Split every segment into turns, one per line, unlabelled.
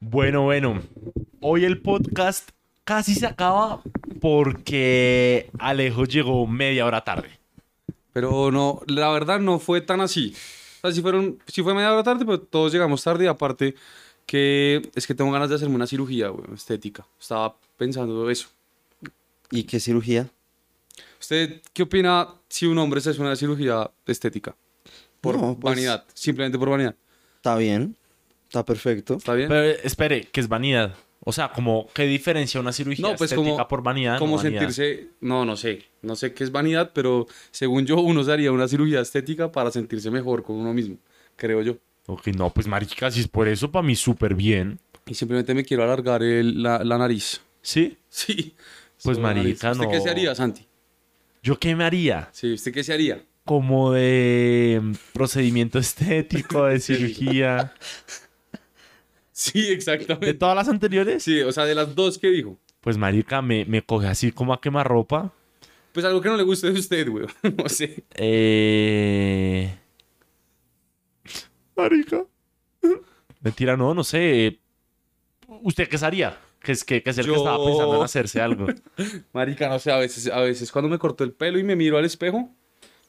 Bueno, bueno. Hoy el podcast casi se acaba porque Alejo llegó media hora tarde.
Pero no, la verdad no fue tan así. O sea, sí, fueron, sí fue media hora tarde, pero todos llegamos tarde. Y aparte, que es que tengo ganas de hacerme una cirugía weón, estética. Estaba pensando eso.
¿Y qué cirugía?
¿Usted qué opina si un hombre se hace una cirugía estética? Por
No, pues-
vanidad, simplemente por vanidad.
Está bien. Está perfecto.
¿Está bien?
Pero eh, espere, que es vanidad. O sea, como qué diferencia una cirugía
No, pues,
estética
como-
por vanidad.
¿Cómo
no vanidad?
sentirse? No, no sé. No sé qué es vanidad, pero según yo, uno se haría una cirugía estética para sentirse mejor con uno mismo, creo yo.
Ok, no, pues marica, si es por eso, para mí súper bien.
Y simplemente me quiero alargar el- la, la nariz.
¿Sí?
Sí.
Pues,
Solo la nariz.
marica,
¿Usted qué
no.
se haría, Santi?
¿Yo qué me haría?
Sí, ¿usted qué se haría?
Como de mm, procedimiento estético, de cirugía.
Sí,
¿De
exactamente.
todas las anteriores?
Sí, o sea, de las dos que dijo.
Pues marica, me, me coge así como a quemarropa.
Pues algo que no le guste de usted, güey. No sé.
Eh... Marica. Mentira, no, no sé. ¿Usted qué haría? Que es que, que es el que
Yo-
estaba pensando en hacerse algo.
Marica, no sé, a veces, a veces cuando me corto el pelo y me miro al espejo,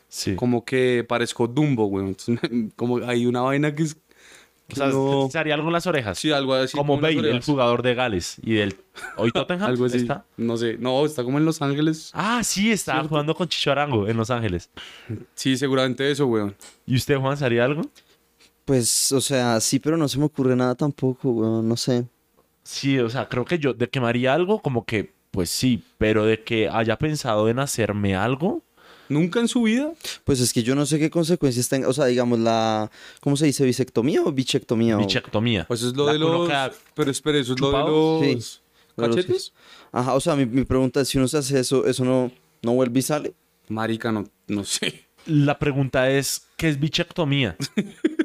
Sí.
como que parezco Dumbo, güey. Entonces, como hay una vaina que es...
O sea,
no-
¿se haría algo en las orejas?
Sí, algo así.
como
en las
Bale, el
orejas.
jugador de Gales y del hoy Tottenham.
Algo así.
¿Está?
No sé. No, está como en Los Ángeles.
Ah, sí, estaba
¿Cierto?
jugando con Chicho Arango en Los Ángeles.
Sí, seguramente eso, güey.
¿Y usted, Juan, se haría algo?
Pues, o sea, sí, pero no se me ocurre nada tampoco, weón. No sé.
Sí, o sea, creo que yo de quemaría algo, como que, pues sí, pero de que haya pensado en hacerme algo.
Nunca en su vida.
Pues es que yo no sé qué consecuencias tenga. O sea, digamos, la. ¿Cómo se dice? ¿Bisectomía o bichectomía? o-
Bichectomía.
Pues es lo
La
de los...
coloca-
Pero espere, eso es lo
chupado.
de
Sí.
los...
Claro, sí.
¿Cachetes?
Ajá, o sea, mi, mi pregunta es: si uno se hace eso, ¿eso no, no vuelve y sale?
Marica, no, no sé.
La pregunta es, ¿qué es bichectomía?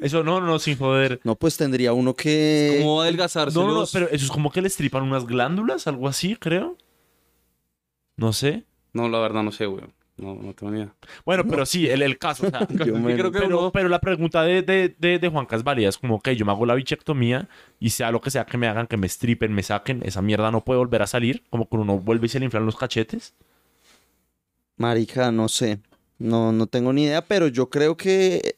Eso no, no, no, sin joder.
No, pues tendría uno que.
¿Cómo va a adelgazarse
No, no, no,
los-
pero eso es como que le estripan unas glándulas, algo así, creo. No sé.
No, la verdad no sé, güey. No, no tengo ni idea.
Bueno, pero sí, el, el caso. o sea,
Yo me-
creo que
pero,
uno-
pero la pregunta de, de, de, de Juanca es válida. Es como, ok, yo me hago la bichectomía y sea lo que sea que me hagan, que me stripen, me saquen, esa mierda no puede volver a salir. Como que uno vuelve y se le inflan los cachetes.
Marica, no sé. No, no tengo ni idea, pero yo creo que.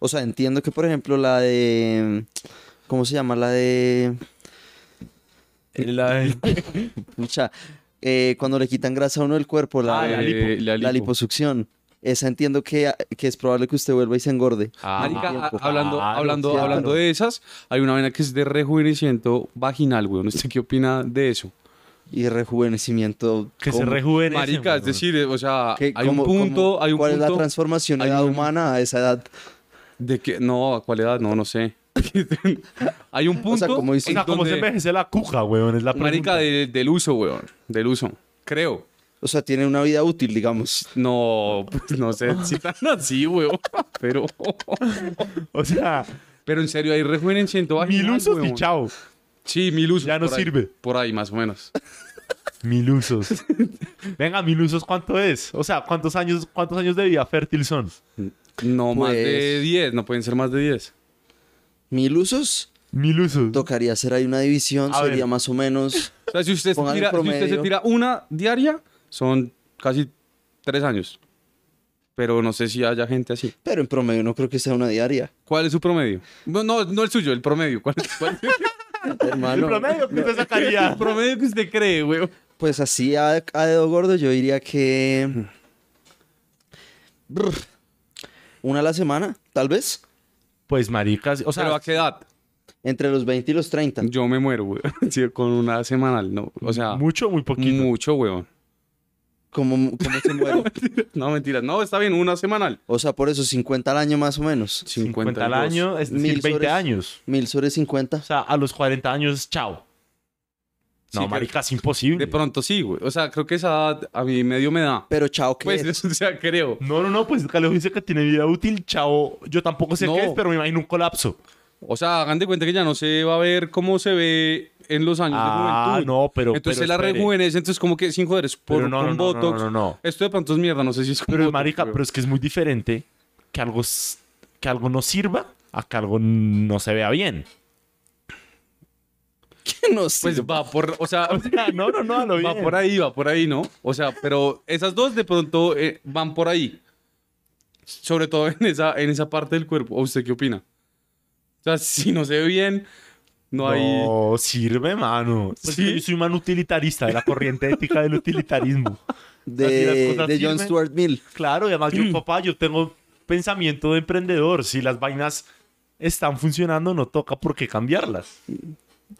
O sea, entiendo que, por ejemplo, la de. ¿Cómo se llama? La de.
La,
Pucha, eh, cuando le quitan grasa a uno del cuerpo, la,
Ah, la
eh,
lipo.
la
la liposucción. Esa entiendo que, que es probable que usted vuelva y se engorde.
Marica,
ah,
a- hablando,
claro,
hablando,
claro.
hablando de esas, hay una vaina que es de rejuvenecimiento vaginal, güey. ¿Usted qué opina de eso?
Y rejuvenecimiento.
que se
¿cómo?
rejuvenece.
Marica, es
weón.
decir, eh, o sea,
¿Qué-
hay un
cómo-
punto,
cómo-
hay un
¿Cuál es la
punto
transformación
hay
edad
un-
humana a esa edad?
de que no, a cuál edad, no, no sé. hay un punto
O sea, como
O
dice-
en
sea, ¿cómo se
donde-
envejece la cuja, weón? Es la pregunta.
marica de- del uso, weón, del uso. Creo.
O sea, tiene una vida útil, digamos.
No, pues no sé si tan así, weón. Pero,
O sea,
pero en serio, hay rejuvenecimiento vaginal.
mil usos y
weón.
chao.
Sí, mil usos.
Ya no
por ahí.
sirve.
Por ahí, más o menos.
Mil usos. Venga, mil usos, ¿cuánto es? O sea, ¿cuántos años, cuántos años de vida fértil son?
No más de
Pues-
10, no pueden ser más de 10.
Mil usos.
Mil usos.
Tocaría hacer ahí una división,
A ver.
sería más o menos.
O sea, si usted, se
Pongan el
tira, si usted se
promedio.
tira una diaria, son casi 3 años. Pero no sé si haya gente así.
Pero en promedio no creo que sea una diaria.
¿Cuál es su promedio? No, no, no el suyo, el promedio. ¿Cuál es, cuál es
El
Hermano,
promedio que usted
el
sacaría.
promedio que usted cree, weón?
pues así a, a dedo gordo yo diría que... Brr, una a la semana, tal vez.
Pues maricas, o sea,
¿Pero a qué edad?
Entre los 20 y los 30.
Yo me muero, weón. Sí, con una semanal, no. O sea,
mucho, muy poquito.
mucho, weón.
¿Cómo, cómo se muere?
No, mentira. No, está bien, una semanal.
O sea, por eso 50 al año más o menos.
50 al
52.
año, es decir,
Mil
20
sobres.
años.
Mil sobre 50.
O sea, a los 40 años, chao.
Sí,
No,
pero-
maricas, imposible.
De pronto sí, güey. O sea, creo que esa edad a mí medio me da.
Pero chao, ¿qué es?
Pues, o sea, creo.
No, no, no, pues Caleo dice que tiene vida útil, chao. Yo tampoco sé
No.
qué es, pero me imagino un colapso.
O sea, hagan de cuenta que ya no se va a ver cómo se ve en los años
Ah,
de juventud.
no, pero-
Entonces
pero
la
espere.
rejuvenece, entonces como que sin joder, es por
Pero no,
con
no, no, no,
botox.
no, no.
Esto de pronto es mierda, no sé si es con
Pero
botox,
marica,
weón.
pero es que es muy diferente que algo, s- que algo no sirva a que algo no se vea bien.
no sé.
Pues va por, o sea,
O sea, no, no, no, a lo
va
bien.
por ahí, va por ahí, ¿no? O sea, pero esas dos de pronto eh, van por ahí. Sobre todo en esa, en esa parte del cuerpo. ¿O usted qué opina? O sea, si no se ve bien, no, hay...
No, sirve, mano. Pues
¿Sí?
que Yo soy un man utilitarista de la corriente ética del utilitarismo. así las
de,
cosas
de John
sirven.
Stuart Mill.
Claro, y además yo, papá, yo tengo pensamiento de emprendedor. Si las vainas están funcionando, no toca por qué cambiarlas.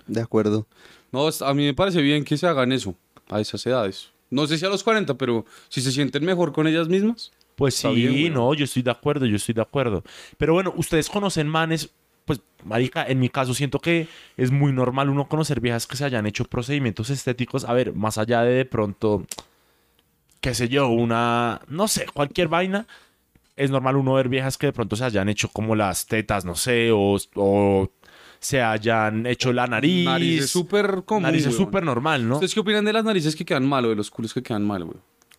De acuerdo.
No, a mí me parece bien que se hagan eso a esas edades. No sé si a los 40, pero si se sienten mejor con ellas mismas.
Pues
Está
sí,
bien, güey.
no, yo estoy de acuerdo, yo estoy de acuerdo. Pero bueno, ustedes conocen manes, pues, marica, en mi caso siento que es muy normal uno conocer viejas que se hayan hecho procedimientos estéticos. A ver, más allá de de pronto, qué sé yo, una, no sé, cualquier vaina. Es normal uno ver viejas que de pronto se hayan hecho como las tetas, no sé, o, o se hayan hecho la nariz.
Nariz es súper común.
Nariz es
weón.
súper normal, ¿no?
¿Ustedes qué opinan de las narices que quedan mal o de los culos que quedan mal, güey?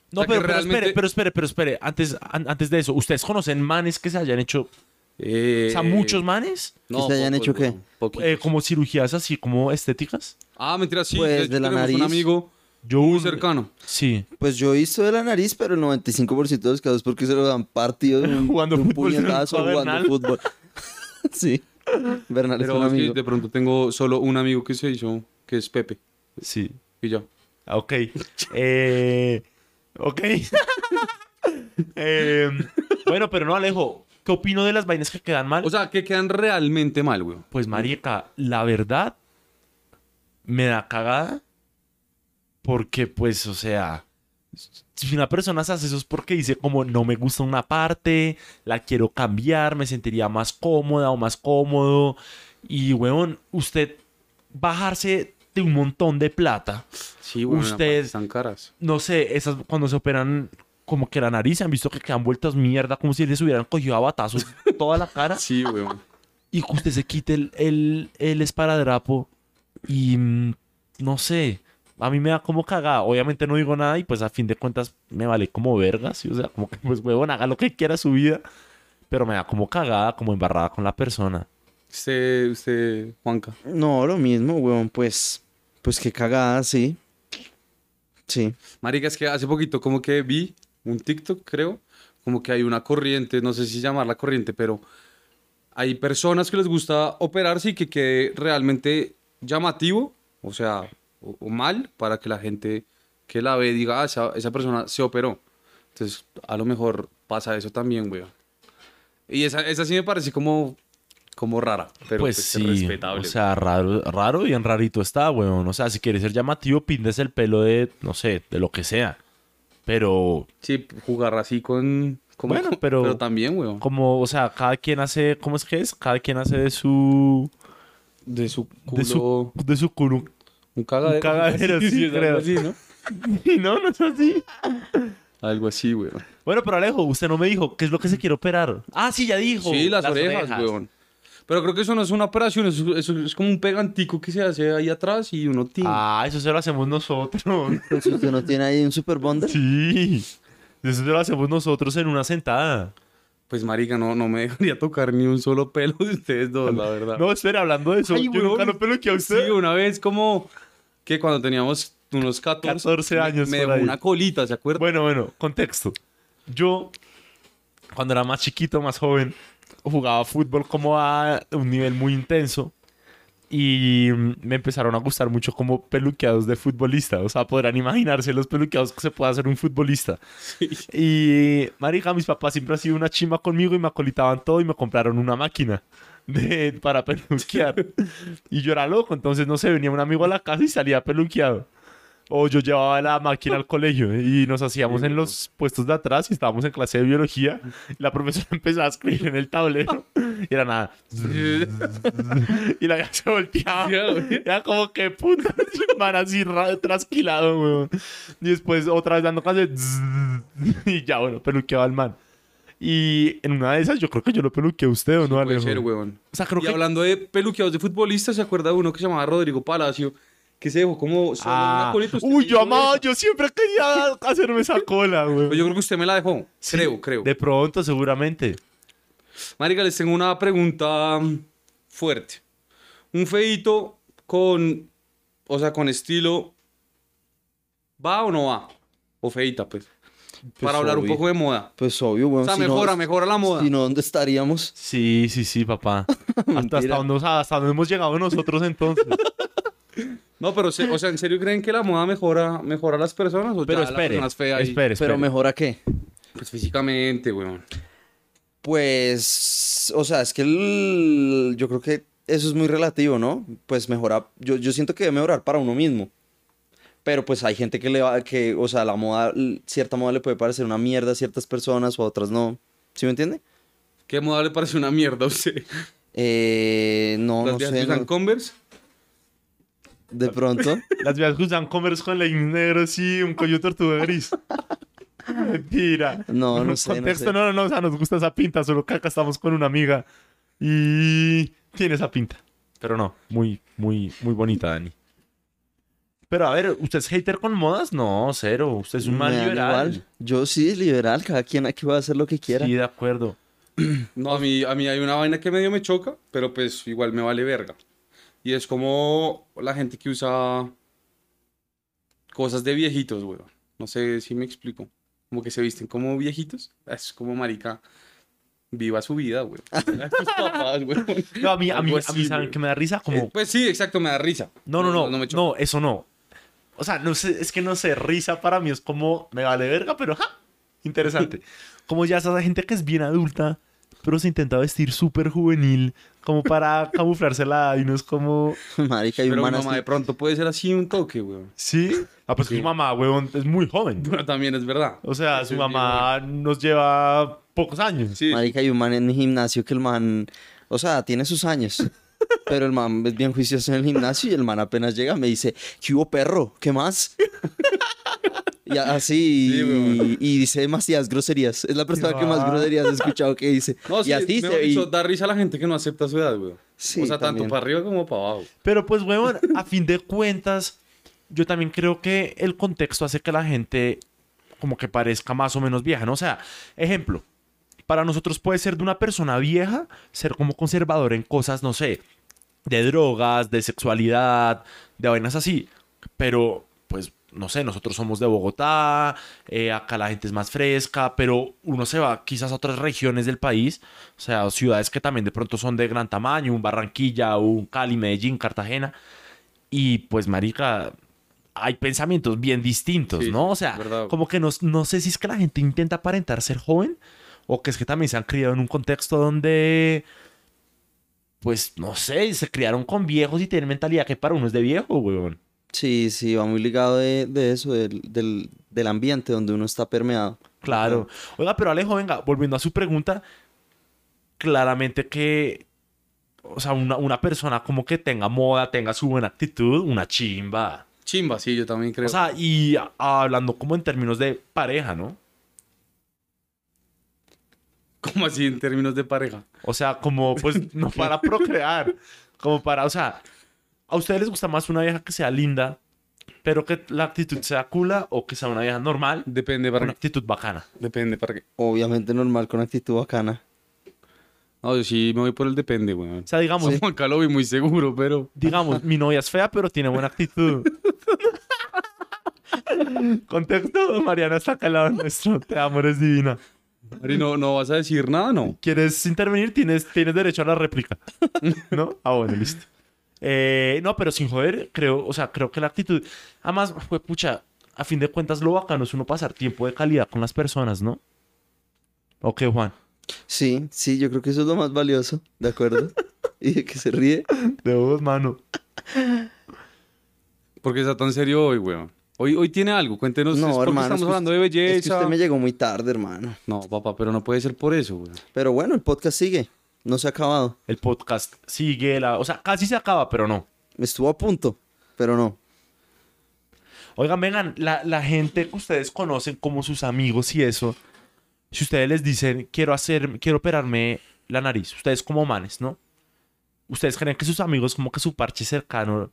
No,
O sea,
pero,
que
pero espere,
realmente-
pero espere, pero espere. Antes, an- antes de eso, ¿ustedes conocen manes que se hayan hecho,
Eh,
o sea, muchos manes?
¿Que se hayan hecho qué?
weón, poquitos.
Eh, como cirugías así, como estéticas.
ah, mentira, sí.
pues,
de hecho,
de la
tenemos un
nariz.
amigo
Yo
muy
un-
cercano.
Sí.
Pues yo he visto de la nariz, pero el 95% de los casos porque se lo dan partido de un,
Jugando
de un
fútbol,
puñetazo,
¿no, Bernal?
jugando fútbol. sí. Bernal es
Pero
un
es que
amigo.
de pronto tengo solo un amigo que se hizo, que es Pepe.
Sí.
Y ya.
Ah, Ok. Eh, ok. Eh, bueno, pero no, Alejo. ¿Qué opino de las vainas que quedan mal?
O sea, que quedan realmente mal, güey.
pues, marica, la verdad me da cagada. Porque, pues, o sea, si una persona se hace eso es porque dice como no me gusta una parte, la quiero cambiar, me sentiría más cómoda o más cómodo. Y, weón, usted bajarse de un montón de plata
Sí,
güey, aparte
Están
están
caras.
no sé, esas cuando se operan como que la nariz, han visto que quedan vueltas mierda, como si les hubieran cogido a batazos toda la cara.
Sí, güey.
Y que usted se quite el, el, el esparadrapo y mm, no sé, a mí me da como cagada. Obviamente no digo nada y pues a fin de cuentas me vale como vergas, ¿sí? o sea, como que pues huevón, haga lo que quiera su vida. Pero me da como cagada, como embarrada con la persona.
Usted, usted, Juanca.
No, lo mismo, weón. Pues, pues qué cagada, sí. Sí.
Marica, es que hace poquito como que vi un TikTok, creo, como que hay una corriente, no sé si llamarla corriente, pero hay personas que les gusta operarse y que quede realmente llamativo, o sea, o, o mal, para que la gente que la ve diga, ah, esa, esa persona se operó. Entonces, a lo mejor pasa eso también, weón. Y esa, esa sí me parece como, como rara, pero
pues,
pues,
sí,
respetable.
o sea, raro, raro y en rarito está, weón. O sea, si quieres ser llamativo, pintes el pelo de, no sé, de lo que sea. Pero
sí, jugar así con... como-
Bueno, pero-
pero también, weón.
Como, o sea, cada quien hace, ¿cómo es que es? Cada quien hace de su,
De su culo...
de su, de su culo.
Un cagadero.
Un cagadero, sí,
es
creo.
Algo así, ¿no?
no, no es así.
Algo así, güey.
Bueno, pero Alejo, usted no me dijo qué es lo que se quiere operar. Ah, sí, ya dijo.
Sí, las, orejas, weón. Pero creo que eso no es una operación, eso, eso es como un pegantico que se hace ahí atrás y uno tiene.
Ah, eso se lo hacemos nosotros.
Pues usted no tiene ahí un super bonder.
sí. Eso se lo hacemos nosotros en una sentada.
Pues, marica, no, no me dejaría tocar ni un solo pelo de ustedes dos, la verdad.
No, espera, hablando de eso,
Ay,
yo
weón.
nunca lo peluqueé a usted.
Sí, una vez como que cuando teníamos unos 14,
14 años
me
por
dejó
ahí.
una colita, ¿se acuerdan?
Bueno, bueno, contexto. Yo, cuando era más chiquito, más joven, jugaba fútbol como a un nivel muy intenso. Y mm, me empezaron a gustar mucho como peluqueados de futbolista. O sea, podrán imaginarse los peluqueados que se puede hacer un futbolista. Y, marica, mis papás siempre han sido una chimba conmigo y me acolitaban todo y me compraron una máquina de, para peluquear. y yo era loco, entonces, no sé, venía un amigo a la casa y salía peluqueado. O yo llevaba la máquina al colegio ¿eh? y nos hacíamos en los puestos de atrás y estábamos en clase de biología. La profesora empezaba a escribir en el tablero y era nada. Y la vieja se volteaba.
Ya, güey.
Era como que puta, van así ra- trasquilado, weón. Y después otra vez dando clase. Y ya, bueno, peluqueaba al man. Y en una de esas, yo creo que yo lo peluqueé a usted, ¿o no,
Puede
Alejo?
ser, weón.
O sea, creo
y
que.
hablando de peluqueados de futbolistas, ¿se acuerda uno que se llamaba Rodrigo Palacio? Que se dejó como solo
Ah,
una colita. Usted
uy, yo
hizo
amaba,
eso.
yo siempre quería hacerme esa cola, weón.
Pues yo creo que usted me la dejó. creo, creo.
De pronto, seguramente.
Marica, les tengo una pregunta mm, fuerte. Un feito con o sea, con estilo, ¿va o no va? O feita, pues. Para hablar un
obvio.
poco de moda.
Pues obvio, weón.
o sea,
si no-
mejora, mejora la moda.
Si no, ¿dónde estaríamos?
Sí, sí, sí, papá. hasta, hasta,
Mentira.
donde, hasta donde hemos llegado nosotros entonces.
No, pero, se- o sea, ¿en serio creen que la moda mejora, mejora a las personas? O
Pero
ya las
espere,
personas feas y-
espere, espere.
Pero mejora qué?
Pues físicamente, weón.
Pues, o sea, es que el- yo creo que eso es muy relativo, ¿no? Pues mejora, yo, yo siento que debe mejorar para uno mismo. Pero pues hay gente que le va, que, o sea, la moda, l- cierta moda le puede parecer una mierda a ciertas personas o a otras no. ¿Sí me entiende?
¿Qué moda le parece una mierda a usted?
Eh, no,
¿Las
no
viejas
sé.
que usan
no-
Converse?
de pronto.
Las vías que usan commerce con leggings negros y un cuello tortuga gris. Mentira.
No, no sé, no
Contexto,
sé.
no, no, no, o sea, nos gusta esa pinta, solo que acá estamos con una amiga y tiene esa pinta. Pero no, muy, muy, muy bonita, Dani. Pero a ver, ¿usted es hater con modas? No, cero. Usted es un mal
Me da
liberal.
igual. Yo sí, liberal. Cada quien aquí va a hacer lo que quiera.
Sí, de acuerdo.
No, a mí, a mí hay una vaina que medio me choca, pero pues igual me vale verga. Y es como la gente que usa cosas de viejitos, weón. No sé si me explico. Como que se visten como viejitos. Es como marica. Viva su vida, weón. Tenga sus papás, weón.
No, a mí, a mí,
Algo
a mí
así,
¿saben
weón.
que me da risa?
Eh,
Como,
Pues sí, exacto, me da risa.
no, no, no,
No, me choca.
no, eso no. O sea, no sé, es que no sé, risa para mí es como, me vale verga, pero ja, interesante. Como ya esa gente que es bien adulta, pero se intenta vestir súper juvenil, como para camuflarse la edad y no es como...
Marica, hay
Pero mi
humanas
mamá de
que-
pronto puede ser así un toque, weón.
¿Sí? Ah, pues que
Sí.
su mamá, huevón, es muy joven.
Bueno, también es verdad.
O sea,
Ese
su
es mi
mamá nos lleva pocos años.
Sí,
Marica, hay un man en el gimnasio que el man, o sea, tiene sus años. Pero el man es bien juicioso en el gimnasio y el man apenas llega me dice, ¿qué hubo perro? ¿Qué más? Y a- así,
Sí,
y,
weón.
y dice demasiadas groserías. Es la persona que más
va.
groserías he escuchado que dice.
No, sí,
y así
mejor
se y-
dicho, da risa a la gente que no acepta su edad, weón.
Sí,
o sea,
también.
tanto para arriba como para abajo.
Pero pues, huevón, a fin de cuentas, yo también creo que el contexto hace que la gente como que parezca más o menos vieja, ¿no? O sea, ejemplo, para nosotros puede ser de una persona vieja ser como conservador en cosas, no sé, de drogas, de sexualidad, de vainas así. Pero, pues, no sé, nosotros somos de Bogotá, eh, acá la gente es más fresca, pero uno se va quizás a otras regiones del país, o sea, ciudades que también de pronto son de gran tamaño, un Barranquilla, un Cali, Medellín, Cartagena, y pues, marica, hay pensamientos bien distintos,
Sí,
¿no? O sea,
es verdad.
como que no, no sé si es que la gente intenta aparentar ser joven, o que es que también se han criado en un contexto donde pues no sé, se criaron con viejos y tienen mentalidad que para uno es de viejo, weón.
Sí, sí, va muy ligado de, de eso, del, del- del ambiente donde uno está permeado.
Claro. Oiga, pero Alejo, venga, volviendo a su pregunta, claramente que, o sea, una, una persona como que tenga moda, tenga su buena actitud, una chimba.
Chimba, sí, yo también creo.
O sea, y a- hablando como en términos de pareja, ¿no?
como así en términos de pareja.
O sea, como, pues, no para procrear. Como para, o sea, ¿a ustedes les gusta más una vieja que sea linda, pero que la actitud sea cula o que sea una vieja normal,
Depende
con
para
una
qué.
actitud bacana?
Depende para qué.
Obviamente normal, con actitud bacana.
No, yo sí me voy por el depende, weón.
O sea, digamos,
Juan Acá lo vi muy seguro, pero.
digamos, mi novia es fea, pero tiene buena actitud. Contexto, Mariana está acá al lado nuestro. Te amo, eres divina.
Mari, no, no vas a decir nada, no.
¿Quieres intervenir? Tienes, tienes derecho a la réplica. ¿No? Ah, bueno, listo. Eh, no, pero sin joder, creo, o sea, creo que la actitud. Además, fue pucha, a fin de cuentas, lo bacano es uno pasar tiempo de calidad con las personas, ¿no? Ok, Juan.
Sí, sí, yo creo que eso es lo más valioso, ¿de acuerdo? y que se ríe.
De vos, mano.
Porque está tan serio hoy, weón. Hoy, hoy tiene algo, cuéntenos.
No,
es porque
hermano.
Estamos
es que
hablando de
usted-
belleza.
Es que usted me llegó muy tarde, hermano.
No, papá, pero no puede ser por eso, weón.
Pero bueno, el podcast sigue. No se ha acabado.
El podcast sigue, la, o sea, casi se acaba, pero no.
Estuvo a punto, pero no.
Oigan, vengan, la, la gente que ustedes conocen como sus amigos y eso, si ustedes les dicen, quiero hacer, quiero operarme la nariz, ustedes como manes, ¿no? ¿Ustedes creen que sus amigos, como que su parche cercano,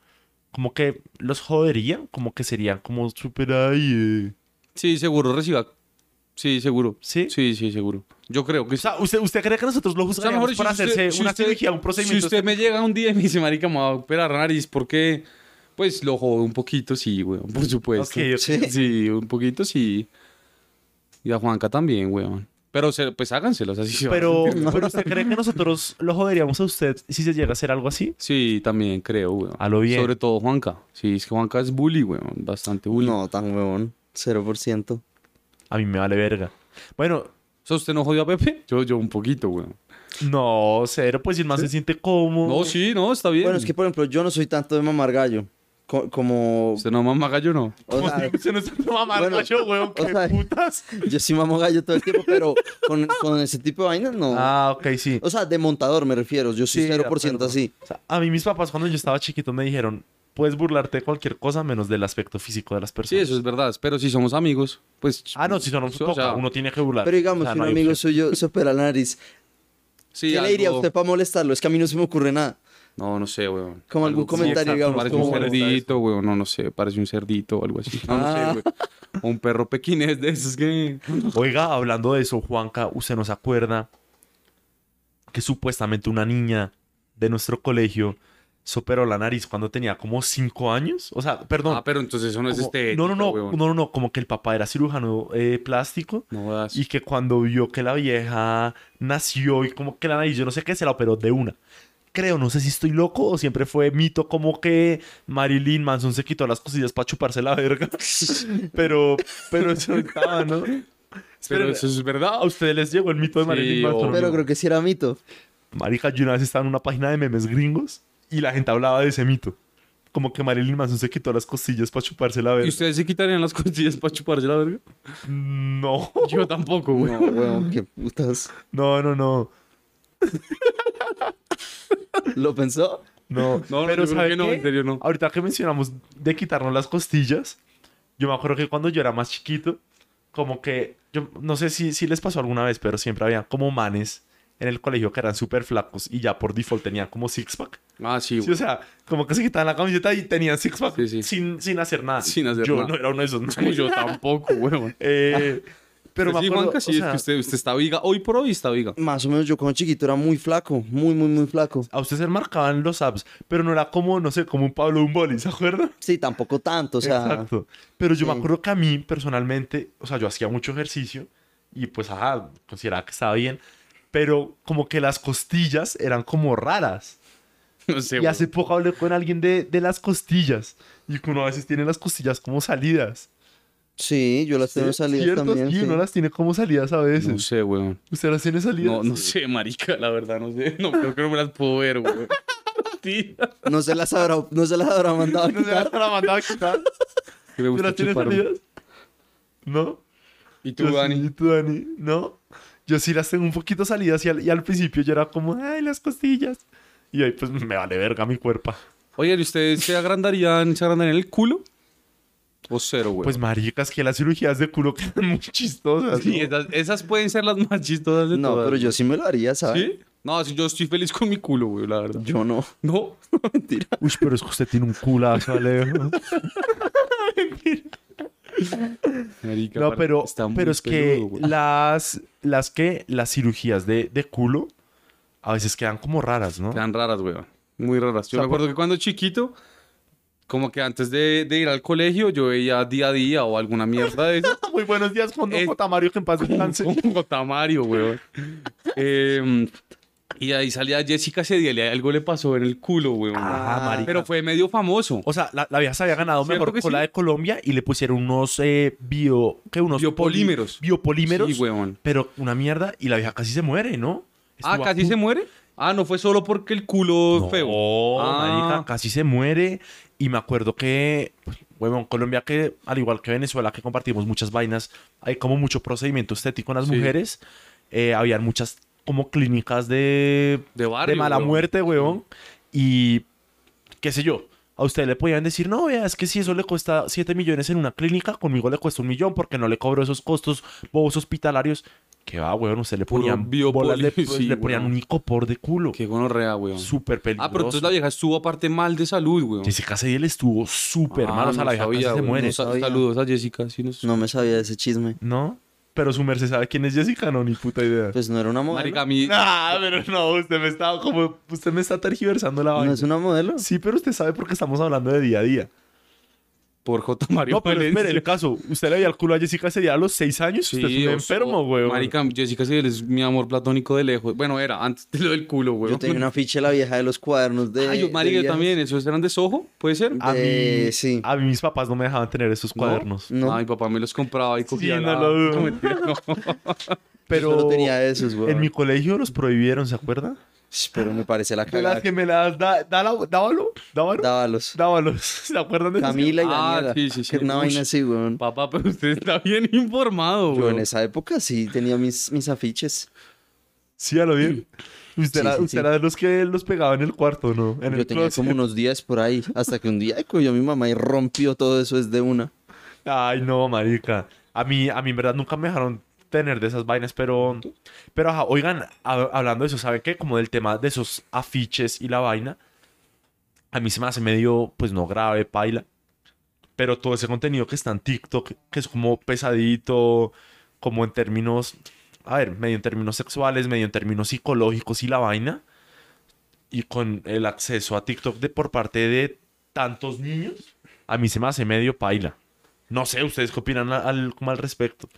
como que los joderían? Como que serían como súper ahí, eh,
Sí, seguro, reciba. Sí, seguro.
¿sí?
Sí, sí, seguro. Yo creo que
O sea, ¿usted, ¿usted cree que nosotros lo
O sea,
juzgaríamos
mejor dicho,
para
si usted-
hacerse
si
una
usted-
cirugía, un procedimiento?
Si usted me llega un día y me dice, marica, me va a operar la nariz porque Pues lo jodo un poquito, sí, weón, por supuesto.
Ok, ok.
Sí.
Pues, Sí, un poquito, sí. Y a Juanca también, weón. Pero se- pues háganselos así. se va a
Pero,
sentir mejor.
pero ¿usted cree que nosotros lo joderíamos a usted si se llega a hacer algo así?
Sí, también creo, weón.
A lo bien.
Sobre todo Juanca. Sí, es que Juanca es bully, weón. Bastante bully.
No, tan huevón. 0%.
A mí me vale verga. Bueno,
O sea, ¿usted no jodió a Pepe? Yo, yo un poquito, weón.
no, cero, pues si el man se siente cómodo.
No, sí, no, está bien.
Bueno, es que por ejemplo, yo no soy tanto de mamar gallo. Co- como.
Usted no mama gallo, no.
O sea,
se nos está mamando
Bueno,
yo, weón, qué
o sea-
putas.
yo sí mamo gallo todo el tiempo, pero con, con ese tipo de vainas no.
Ah, ok, sí.
O sea, de montador me refiero. Yo soy
Sí, de
0%
acuerdo.
así.
O sea, a mí mis papás cuando yo estaba chiquito me dijeron, puedes burlarte de cualquier cosa menos del aspecto físico de las
Sí,
personas.
eso es verdad. Pero si somos amigos, pues.
Ah, no, si son un
O sea,
uno tiene que burlar.
Pero digamos,
O sea, Ah,
si
no
un
hay
amigo
opción.
suyo se opera la nariz,
sí,
¿qué le diría a
algo-
usted para molestarlo? Es que a mí no se me ocurre nada.
No, no sé, weón.
Como algún comentario,
exacto,
digamos,
Parece
como-
un cerdito, weón. No, no sé. Parece un cerdito o algo así. No, no
Ah.
sé, weón. O un perro pequinés de esos que...
Oiga, hablando de eso, Juanca, usted nos acuerda que supuestamente una niña de nuestro colegio se operó la nariz cuando tenía como 5 años. O sea, perdón.
Ah, pero entonces eso no es
como-
este.
no, no, no, no, no, no, como que el papá era cirujano eh, plástico
No jodas.
y que cuando vio que la vieja nació y como que la nariz, yo no sé qué, se la operó de una. Creo, no sé si estoy loco o siempre fue mito como que Marilyn Manson se quitó las cosillas para chuparse la verga. pero, pero eso estaba, ¿no?
Pero
Espera,
eso es verdad.
a ustedes les llegó el mito de
Sí,
Marilyn Manson.
obvio.
¿no?
Pero creo que sí era mito.
Marica, yo una vez estaba en una página de memes gringos y la gente hablaba de ese mito. Como que Marilyn Manson se quitó las costillas para chuparse la
¿Y
verga.
ustedes se quitarían las costillas para chuparse la verga?
No,
Yo tampoco, güey.
No, weón, qué putas.
no, no, no.
¿Lo pensó?
No,
No, no, yo creo
¿sabe
que no,
qué? Ah,
en serio no.
Ahorita que mencionamos de quitarnos las costillas, yo me acuerdo que cuando yo era más chiquito, como que, yo no sé si, si les pasó alguna vez, pero siempre había como manes en el colegio que eran súper flacos y ya por default tenían como six-pack.
Ah, sí,
Sí, o
güey.
sea, como que se quitaban la camiseta y tenían six-pack
Sí, sí.
sin, sin hacer nada.
Sin hacer
yo
nada.
no era uno de esos.
No, yo tampoco, güey.
Eh, pero me
sí,
acuerdo,
Juanca, sí,
o sea,
es que usted, usted está viga. Hoy por hoy está viga.
Más o menos yo cuando chiquito era muy flaco. Muy, muy, muy flaco.
a usted se le marcaban los abs, pero no era como, no sé, como un Pablo un boli, ¿se acuerda?
Sí, tampoco tanto. O sea,
Exacto. Pero yo me
sí.
acuerdo que a mí, personalmente, o sea, yo hacía mucho ejercicio y pues, ajá, consideraba que estaba bien, pero como que las costillas eran como raras.
No sé,
y
güey.
hace poco hablé con alguien de, de las costillas y que uno a veces tiene las costillas como salidas.
sí, yo las tengo salidas
¿Cierto?
también.
Y
sí.
uno las tiene como salidas a veces.
No sé, güey.
¿Usted las tiene salidas?
No, no sé, marica, la verdad, no sé. No, creo que no me las puedo ver, güey. Sí.
No se las habrá, no se las habrá mandado a
¿No se la
quitar.
la mandaba a quitar?
Que me
¿Tú
gusta
las tienes
chuparme.
salidas? ¿No?
¿Y
Yo
tú,
sí,
Dani?
¿y tú, Dani? ¿No? Yo sí las tengo un poquito salidas y al, y al principio yo era como, ay, las costillas. Y ahí pues me vale verga mi cuerpo.
Oye, ¿y ustedes se agrandarían, se agrandarían el culo? ¿O cero, güey?
Pues maricas, que las cirugías de culo quedan muy chistosas.
Sí,
¿no?
esas, esas pueden ser las más chistosas de
No,
todas.
pero yo sí me lo haría, ¿sabes?
¿Sí? No, sí, yo estoy feliz con mi culo, güey, la verdad.
Yo no.
No.
Mentira.
Uy, pero es que usted tiene un culazo, Alejo.
Marica,
No,
aparte
pero,
está muy
pero es que
peludo, güey.
las, las que, las cirugías de, de culo a veces quedan como raras, ¿no?
Quedan raras, güey. Muy raras.
O
Yo
sea,
me acuerdo que cuando chiquito, como que antes de, de ir al colegio, yo veía día a día o alguna mierda de eso.
Muy buenos días, Juan Don
Eh,
J. Mario, que en paz descanse.
Con Gotamario, güey. Eh, y ahí salía Jessica Cediel y algo le pasó en el culo, güey.
Ah, marica.
Pero fue medio famoso.
O sea, la, la vieja se había ganado
¿Cierto
mejor
que
cola la
sí?
de Colombia y le pusieron unos eh, bio... ¿qué? Unos
Biopolímeros.
poli- biopolímeros.
Sí, huevón.
Pero una mierda y la vieja casi se muere, ¿no?
Ah,
Estuvo a
casi
pu-
se muere. Ah, no fue solo porque el culo
No,
feo.
marica,
ah,
casi se muere. Y me acuerdo que, huevón, Colombia que, al igual que Venezuela, que compartimos muchas vainas, hay como mucho procedimiento estético en las
Sí.
mujeres. Eh, habían muchas como clínicas de
de barrio.
de mala
huevón.
muerte, weón. Y qué sé yo, a usted le podían decir, no, vea, es que si eso le cuesta 7 millones en una clínica, conmigo le cuesta un millón porque no le cobro esos costos bobos hospitalarios. Que va, weón, usted le
Puro
ponían
biopoli-
bolas de- pues,
sí,
le ponían
weón.
un icopor de culo.
Qué gonorrea, weón.
Súper peligroso.
Ah, pero entonces la vieja estuvo aparte mal de salud, weón.
Jessica Cediel estuvo súper
Ah,
mal, o sea,
no
la vieja
sabía,
casi se
weón.
muere.
No sa-
Sabía.
saludos a Jessica. sí, nos-
No me sabía de ese chisme.
¿No? Pero su merced sabe quién es Jessica, no, ni puta idea.
Pues no era una modelo.
Marica, a mí-
Nah, pero no, usted me está como usted me está tergiversando la
¿No
vaina.
es una modelo?
Sí, pero usted sabe por qué estamos hablando de día a día.
por J. Mario
No, pero
Valencia.
espere, el caso, usted le veía el culo a Jessica sería a los seis años, usted es
o-
un enfermo,
o-
güey.
Marica, Jessica Siegel es mi amor platónico de lejos. Bueno, era antes de lo del culo, güey.
Yo tenía una ficha de la vieja de los cuadernos de.
Ay, yo,
de
marica, yo
viajes.
también. ¿Esos eran de Soho? ¿Puede ser?
A mí,
Eh, sí.
a mí mis papás no me dejaban tener esos cuadernos.
No.
Ah, mi papá me los compraba y cogía
no
la-
lo dudo.
No, mentira, no.
Pero
Yo solo tenía esos, güey.
en mi colegio los prohibieron, ¿se acuerda?
Pero me parece la
De las
cagada.
que me las da, da la- dábalo, dábalo,
Dávalos.
dábalos. ¿Se acuerdan de esas?
Camila y
Ah,
Daniela.
sí, sí, sí.
Una
Ush.
vaina así, weón.
Papá, pero usted está bien informado,
Yo
güey.
en esa época sí tenía mis, mis afiches.
Sí, a lo bien. Usted,
Sí,
era,
sí,
usted
sí.
era de los que los pegaba en el cuarto, ¿no? En
Yo
el
tenía
closet.
como unos 10 por ahí. Hasta que un día ay, cogió a mi mamá y rompió todo eso desde una.
Ay, no, marica. A mí, a mí en verdad nunca me dejaron tener de esas vainas, pero... Pero, ajá, oigan, ha- hablando de eso, ¿saben qué? Como del tema de esos afiches y la vaina, a mí se me hace medio, pues no grave, paila. Pero todo ese contenido que está en TikTok, que es como pesadito, como en términos... A ver, medio en términos sexuales, medio en términos psicológicos y la vaina. Y con el acceso a TikTok de, por parte de tantos niños, a mí se me hace medio paila. No sé, ¿ustedes qué opinan al, al- como al respecto?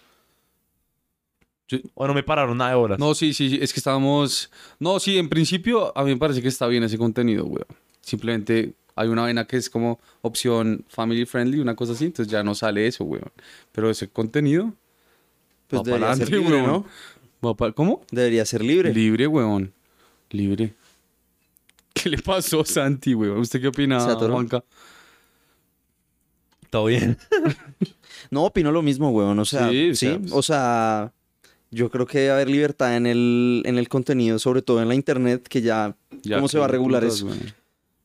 Yo-
O no me pararon nada de horas.
No, sí, sí, sí, es que estábamos... No, sí, en principio a mí me parece que está bien ese contenido, güey. Simplemente hay una vaina que es como opción family friendly, una cosa así, entonces ya no sale eso, güey. Pero ese contenido...
Pues
Va
debería
pa'lante,
ser libre,
weón.
¿no?
va pa- ¿Cómo?
Debería ser libre.
Libre, weón. Libre. ¿Qué le pasó, Santi, weón? ¿Usted qué opina,
¿Se atoró?
Juanca?
Todo bien.
No, opino lo mismo, weón. O sea,
Sí,
sí,
o sea, pues-
o sea, yo creo que debe haber libertad en el, en el contenido, sobre todo en la internet, que ya,
Ya,
¿cómo se va a
¿qué
regular
putas,
eso?
weón?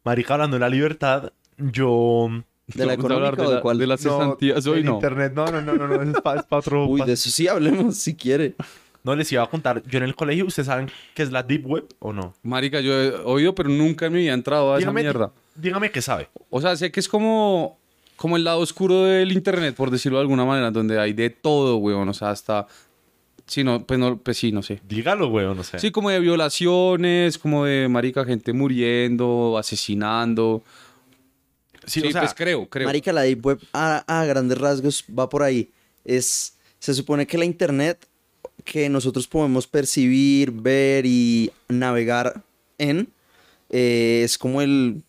Marica, hablando de la libertad, yo...
¿De la
Vamos a pues, hablar
económica
de,
o de
la-
cuál?
de las cesantías hoy
en
no.
internet, no, no, no, no, no, eso es para otro...
Uy,
pa-
de eso sí hablemos, si quiere.
No, les iba a contar, yo en el colegio, ¿ustedes saben qué es la Deep Web o no?
Marica, yo he oído, pero nunca me había entrado a esa mierda.
dígame qué sabe.
O sea, sé que es como, como el lado oscuro del internet, por decirlo de alguna manera, donde hay de todo, weón. O sea, hasta... Sí, no, pues, no, pues sí, no sé.
Dígalo, güey, o no sé.
Sí, como de violaciones, como de, marica, gente muriendo, asesinando. Sí, pues creo, creo.
Marica, la Deep Web a, a grandes rasgos va por ahí. Es, se supone que la internet que nosotros podemos percibir, ver y navegar en eh, es como el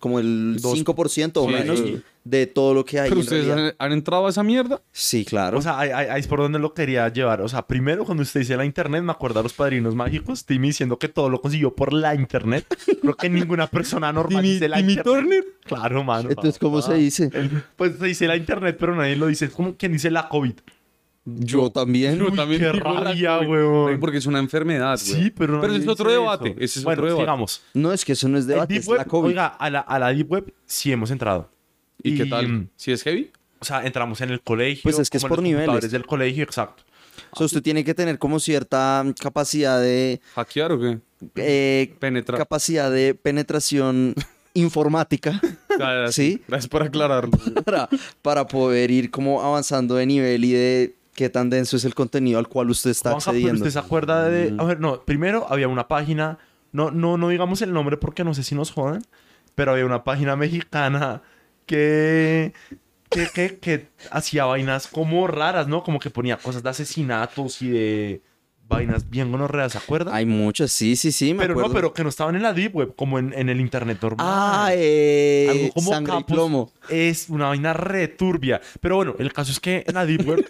como el
Dos-
5% o
Sí,
menos
sí.
de todo lo que hay.
¿Pero
en
ustedes
realidad.
han, han entrado a esa mierda?
Sí, claro.
O sea, ahí, ahí- ahí es por donde lo quería llevar. O sea, primero cuando usted dice la internet, me acuerdo a los padrinos mágicos, Timmy diciendo que todo lo consiguió por la internet. Creo que ninguna persona normal dice la
Timmy
internet.
Turner?
Claro, mano. Ah.
Entonces, ¿cómo se dice?
El- pues se dice la internet, pero nadie lo dice. Es como quien dice la COVID.
Yo también.
Yo
Uy,
también
qué
digo la
rabia,
COVID,
huevón.
Porque es una enfermedad,
Sí, pero nadie
Pero ese es otro
dice eso.
debate, ese es
bueno,
otro debate.
sigamos.
No, es que eso no es
El
debate,
Deep
es la
Web,
COVID.
oiga, a la, a la Deep Web sí hemos entrado.
¿Y, qué
mm,
tal? ¿Si es heavy?
O sea, entramos en el colegio.
Pues es que es
como en
por
los
niveles.
computadores del colegio, exacto.
O sea, usted tiene que tener como cierta capacidad de...
¿Hackear o qué?
eh,
Penetrar.
capacidad de penetración informática
Ya, ya,
¿Sí?
Gracias por aclararlo.
para, para poder ir como avanzando de nivel y de qué tan denso es el contenido al cual usted está
Juanca, pero
accediendo.
usted se acuerda de. A ver, no, primero había una página. No, no, no digamos el nombre porque no sé si nos jodan. Pero había una página mexicana que. que, que, que hacía vainas como raras, ¿no? Como que ponía cosas de asesinatos y de vainas bien gonorreas, ¿se acuerda?
Hay muchas, sí, sí, sí, me
pero
acuerdo.
no, pero que no estaban en la Deep Web, como en, en el Internet normal.
Ah, eh,
Algo como
sangre y
capos.
plomo.
Es una vaina re turbia. Pero bueno, el caso es que en la Deep Web.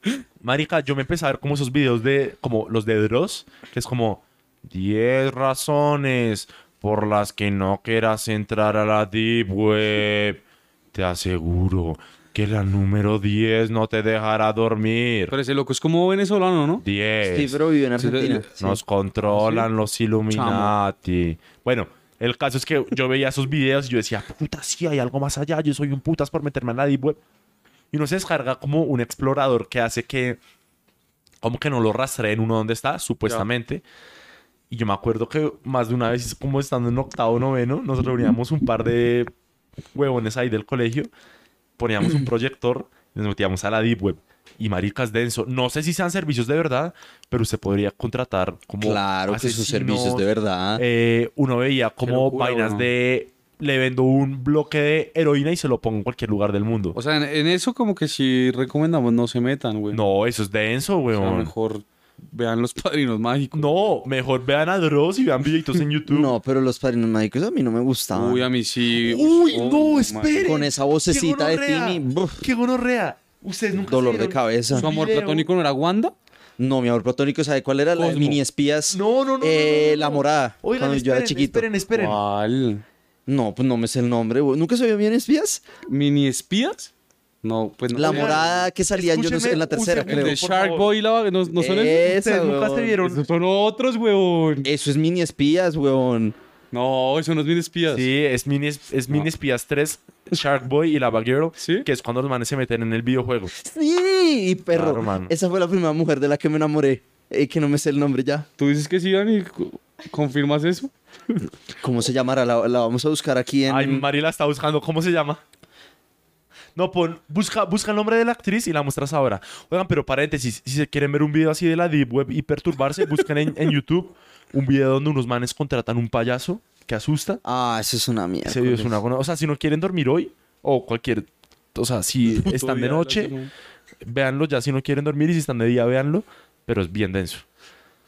Marica, yo me empecé a ver como esos videos de. Como los de Dross, que es como. 10 razones por las que no quieras entrar a la Deep Web. Te aseguro que la número 10 no te dejará dormir.
Pero ese loco es como venezolano, ¿no?
10.
Sí, pero vivió en
Sí, de-
Argentina.
de-
Nos controlan los Illuminati. Bueno, el caso es que yo veía esos videos y yo decía, puta, sí hay algo más allá. Yo soy un putas por meterme en la deep web. Y no se descarga como un explorador que hace que, como que no lo rastreen uno donde está, supuestamente. Y yo me acuerdo que más de una vez, como estando en octavo noveno, nos reuníamos un par de huevones ahí del colegio, poníamos un proyector y nos metíamos a la deep web. Y maricas denso. No sé si sean servicios de verdad, pero usted podría contratar como.
Claro que sus servicios
asesinos,
de verdad.
eh, uno veía como
locura,
vainas
weón.
de. Le vendo un bloque de heroína y se lo pongo en cualquier lugar del mundo.
O sea, en, en eso como que si recomendamos no se metan, güey.
no, eso es denso,
O sea,
weón.
mejor vean los padrinos mágicos.
No, mejor vean a Dross y vean videitos en YouTube.
No, pero los padrinos mágicos a mí no me gustaban.
Uy, a mí sí.
Uy,
Oh,
no,
my-
espere.
Con esa vocecita de
Qué gonorrea.
Timmy. buf,
Qué gonorrea. Ustedes nunca
dolor de
vieron-
cabeza.
¿Su amor
Video.
platónico no era Wanda?
No, mi amor platónico, ¿sabe cuál era? La de
Cosmo.
mini espías.
No, no, no, no. no,
Eh,
no.
La morada.
Oigan,
cuando yo
esperen,
era chiquito.
esperen, esperen.
¿Cuál?
No, pues no me sé el nombre. güey. ¿Nunca se vio bien espías?
¿Mini espías? No, pues no.
la
sé.
morada que salía yo no sé, en la
Escúchenme,
tercera,
usen
El
creo.
de
por
Shark
favor.
Boy, la- ¿no, no son esos?
Esa,
Ustedes nunca se
weón.
vieron.
Esos son otros, weón.
Eh.
Eso es mini espías, weón.
No, eso no es mini espías.
Sí, es Mini, es mini Espías 3, Shark Boy y Lava Girl,
¿Sí?
que es cuando los manes se meten en el videojuego.
Sí, y perro.
Claro, mano.
Esa fue la primera mujer de la que me enamoré. Eh, que no me sé el nombre ya.
¿Tú dices que sí, Dani? ¿Co- ¿Confirmas eso?
¿Cómo se llamará? La, la vamos a buscar aquí en.
Ay, Mari la está buscando. ¿Cómo se llama? No, pon, busca, busca el nombre de la actriz y la muestras ahora. Oigan, pero paréntesis, si se quieren ver un video así de la Deep Web y perturbarse, buscan en, en YouTube un video donde unos manes contratan un payaso que asusta.
Ah, eso es una mierda.
Ese video es una buena- O sea, si no quieren dormir hoy o cualquier... O sea, si están de noche, véanlo ya. Si no quieren dormir y si están de día, véanlo. Pero es bien denso.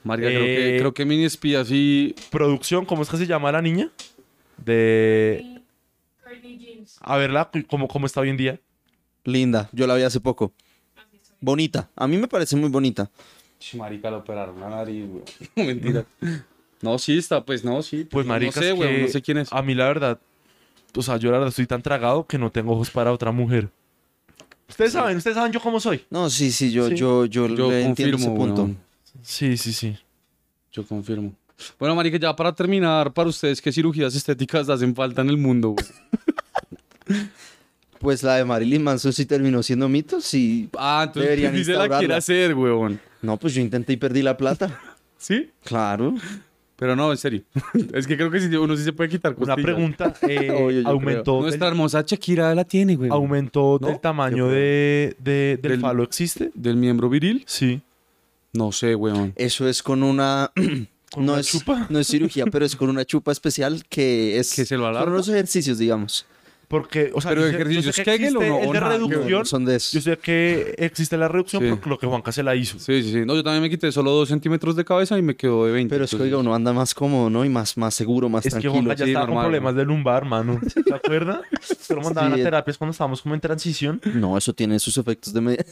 María,
Eh,
creo, que, creo que mini espías sí.
producción, ¿cómo es que se llama la niña? De...
Courtney James.
A verla, ¿cómo, cómo está hoy en día?
Linda, yo la vi hace poco. Bonita. A mí me parece muy bonita.
Ch, Marica, le operaron la nariz, weón. Mentira. No, sí está, pues no, sí.
Pues maricas
No sé,
que Ah.
weón, no sé quién es.
A mí la verdad, o sea, yo la verdad estoy tan tragado que no tengo ojos para otra mujer. Ustedes saben, ustedes saben yo cómo soy.
No, sí, sí, yo,
Sí.
yo, yo,
Yo
le
confirmo,
entiendo ese punto.
weón.
Sí, sí, sí.
Yo confirmo. Bueno, marica, ya para terminar, para ustedes, ¿qué cirugías estéticas hacen falta en el mundo, güey?
Pues la de Marilyn Manson sí terminó siendo mito, sí.
Ah, entonces
Deberían
¿quién se la quiere
instaurarla.
hacer, weón.
No, pues yo intenté y perdí la plata.
¿Sí?
claro.
Pero no, en serio. es que creo que sí, uno sí se puede quitar
Una
costillas.
pregunta, eh,
Oye, yo
¿aumentó, del-
Nuestra hermosa Shakira la tiene, güey.
aumentó
¿No?
del tamaño
Yo creo.
de, de- del,
Del-
falo? ¿Existe?
¿Del miembro viril?
Sí.
No sé, weón.
Eso es con una.
¿Con
no
una
es,
chupa?
No es cirugía, pero es con una chupa especial que es.
¿Que se lo
son
alarga?
los ejercicios, digamos.
Porque, o sea,
Pero
yo sé- yo sé
ejercicios
que
Kegel o
existe
no,
el
o
de
nada,
No,
reducción.
no son de
Ah, Yo
esos.
sé que existe la reducción
Sí.
porque lo que Juanca se la hizo.
Sí, sí, sí. No, yo también me quité solo dos centímetros de cabeza y me quedó de 20.
Pero es que,
entonces-
oiga, uno anda más cómodo, ¿no? Y más, más seguro, más
Es que
tranquilo.
Juanca ya
sí,
estaba con
normal,
problemas de lumbar, mano. ¿Te acuerdas? Se lo mandaban
Sí.
a terapias cuando estábamos como en transición.
No, eso tiene sus efectos de media.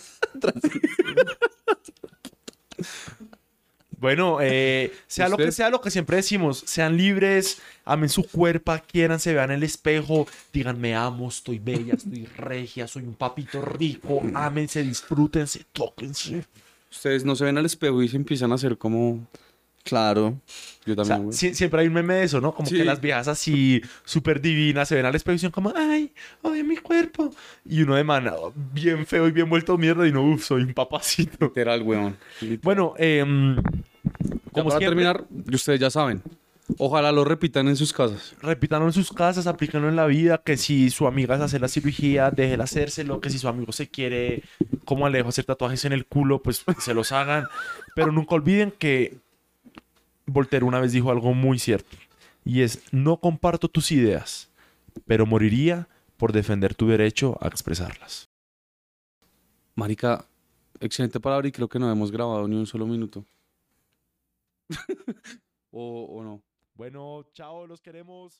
Bueno, eh, sea lo que
¿Usted?
sea lo que siempre decimos, sean libres, amen su cuerpo, quieran, se vean en el espejo, digan me amo, estoy bella, estoy regia, soy un papito rico, ámense, disfrútense, tóquense.
Ustedes no se ven al espejo y se empiezan a hacer como...
Claro.
Yo
O sea,
también, güey.
sie- siempre hay un meme de eso, ¿no? Como
Sí.
que las viejas así súper divinas se ven al espejo y son como, ay, odio mi cuerpo. Y uno de man, bien feo y bien vuelto mierda, y no, uff, soy un papacito.
Literal, weón.
Bueno, em, como
Como para
siempre,
terminar, ustedes ya saben. Ojalá lo repitan en sus casas.
repítanlo en sus casas, aplíquenlo en la vida, que si su amiga se hace la cirugía, déjela hacérselo, que si su amigo se quiere, como Alejo, hacer tatuajes en el culo, pues se los hagan. Pero nunca olviden que Voltaire una vez dijo algo muy cierto, y es, no comparto tus ideas, pero moriría por defender tu derecho a expresarlas.
Marica, excelente palabra y creo que no hemos grabado ni un solo minuto. o, o no.
Bueno, chao, los queremos.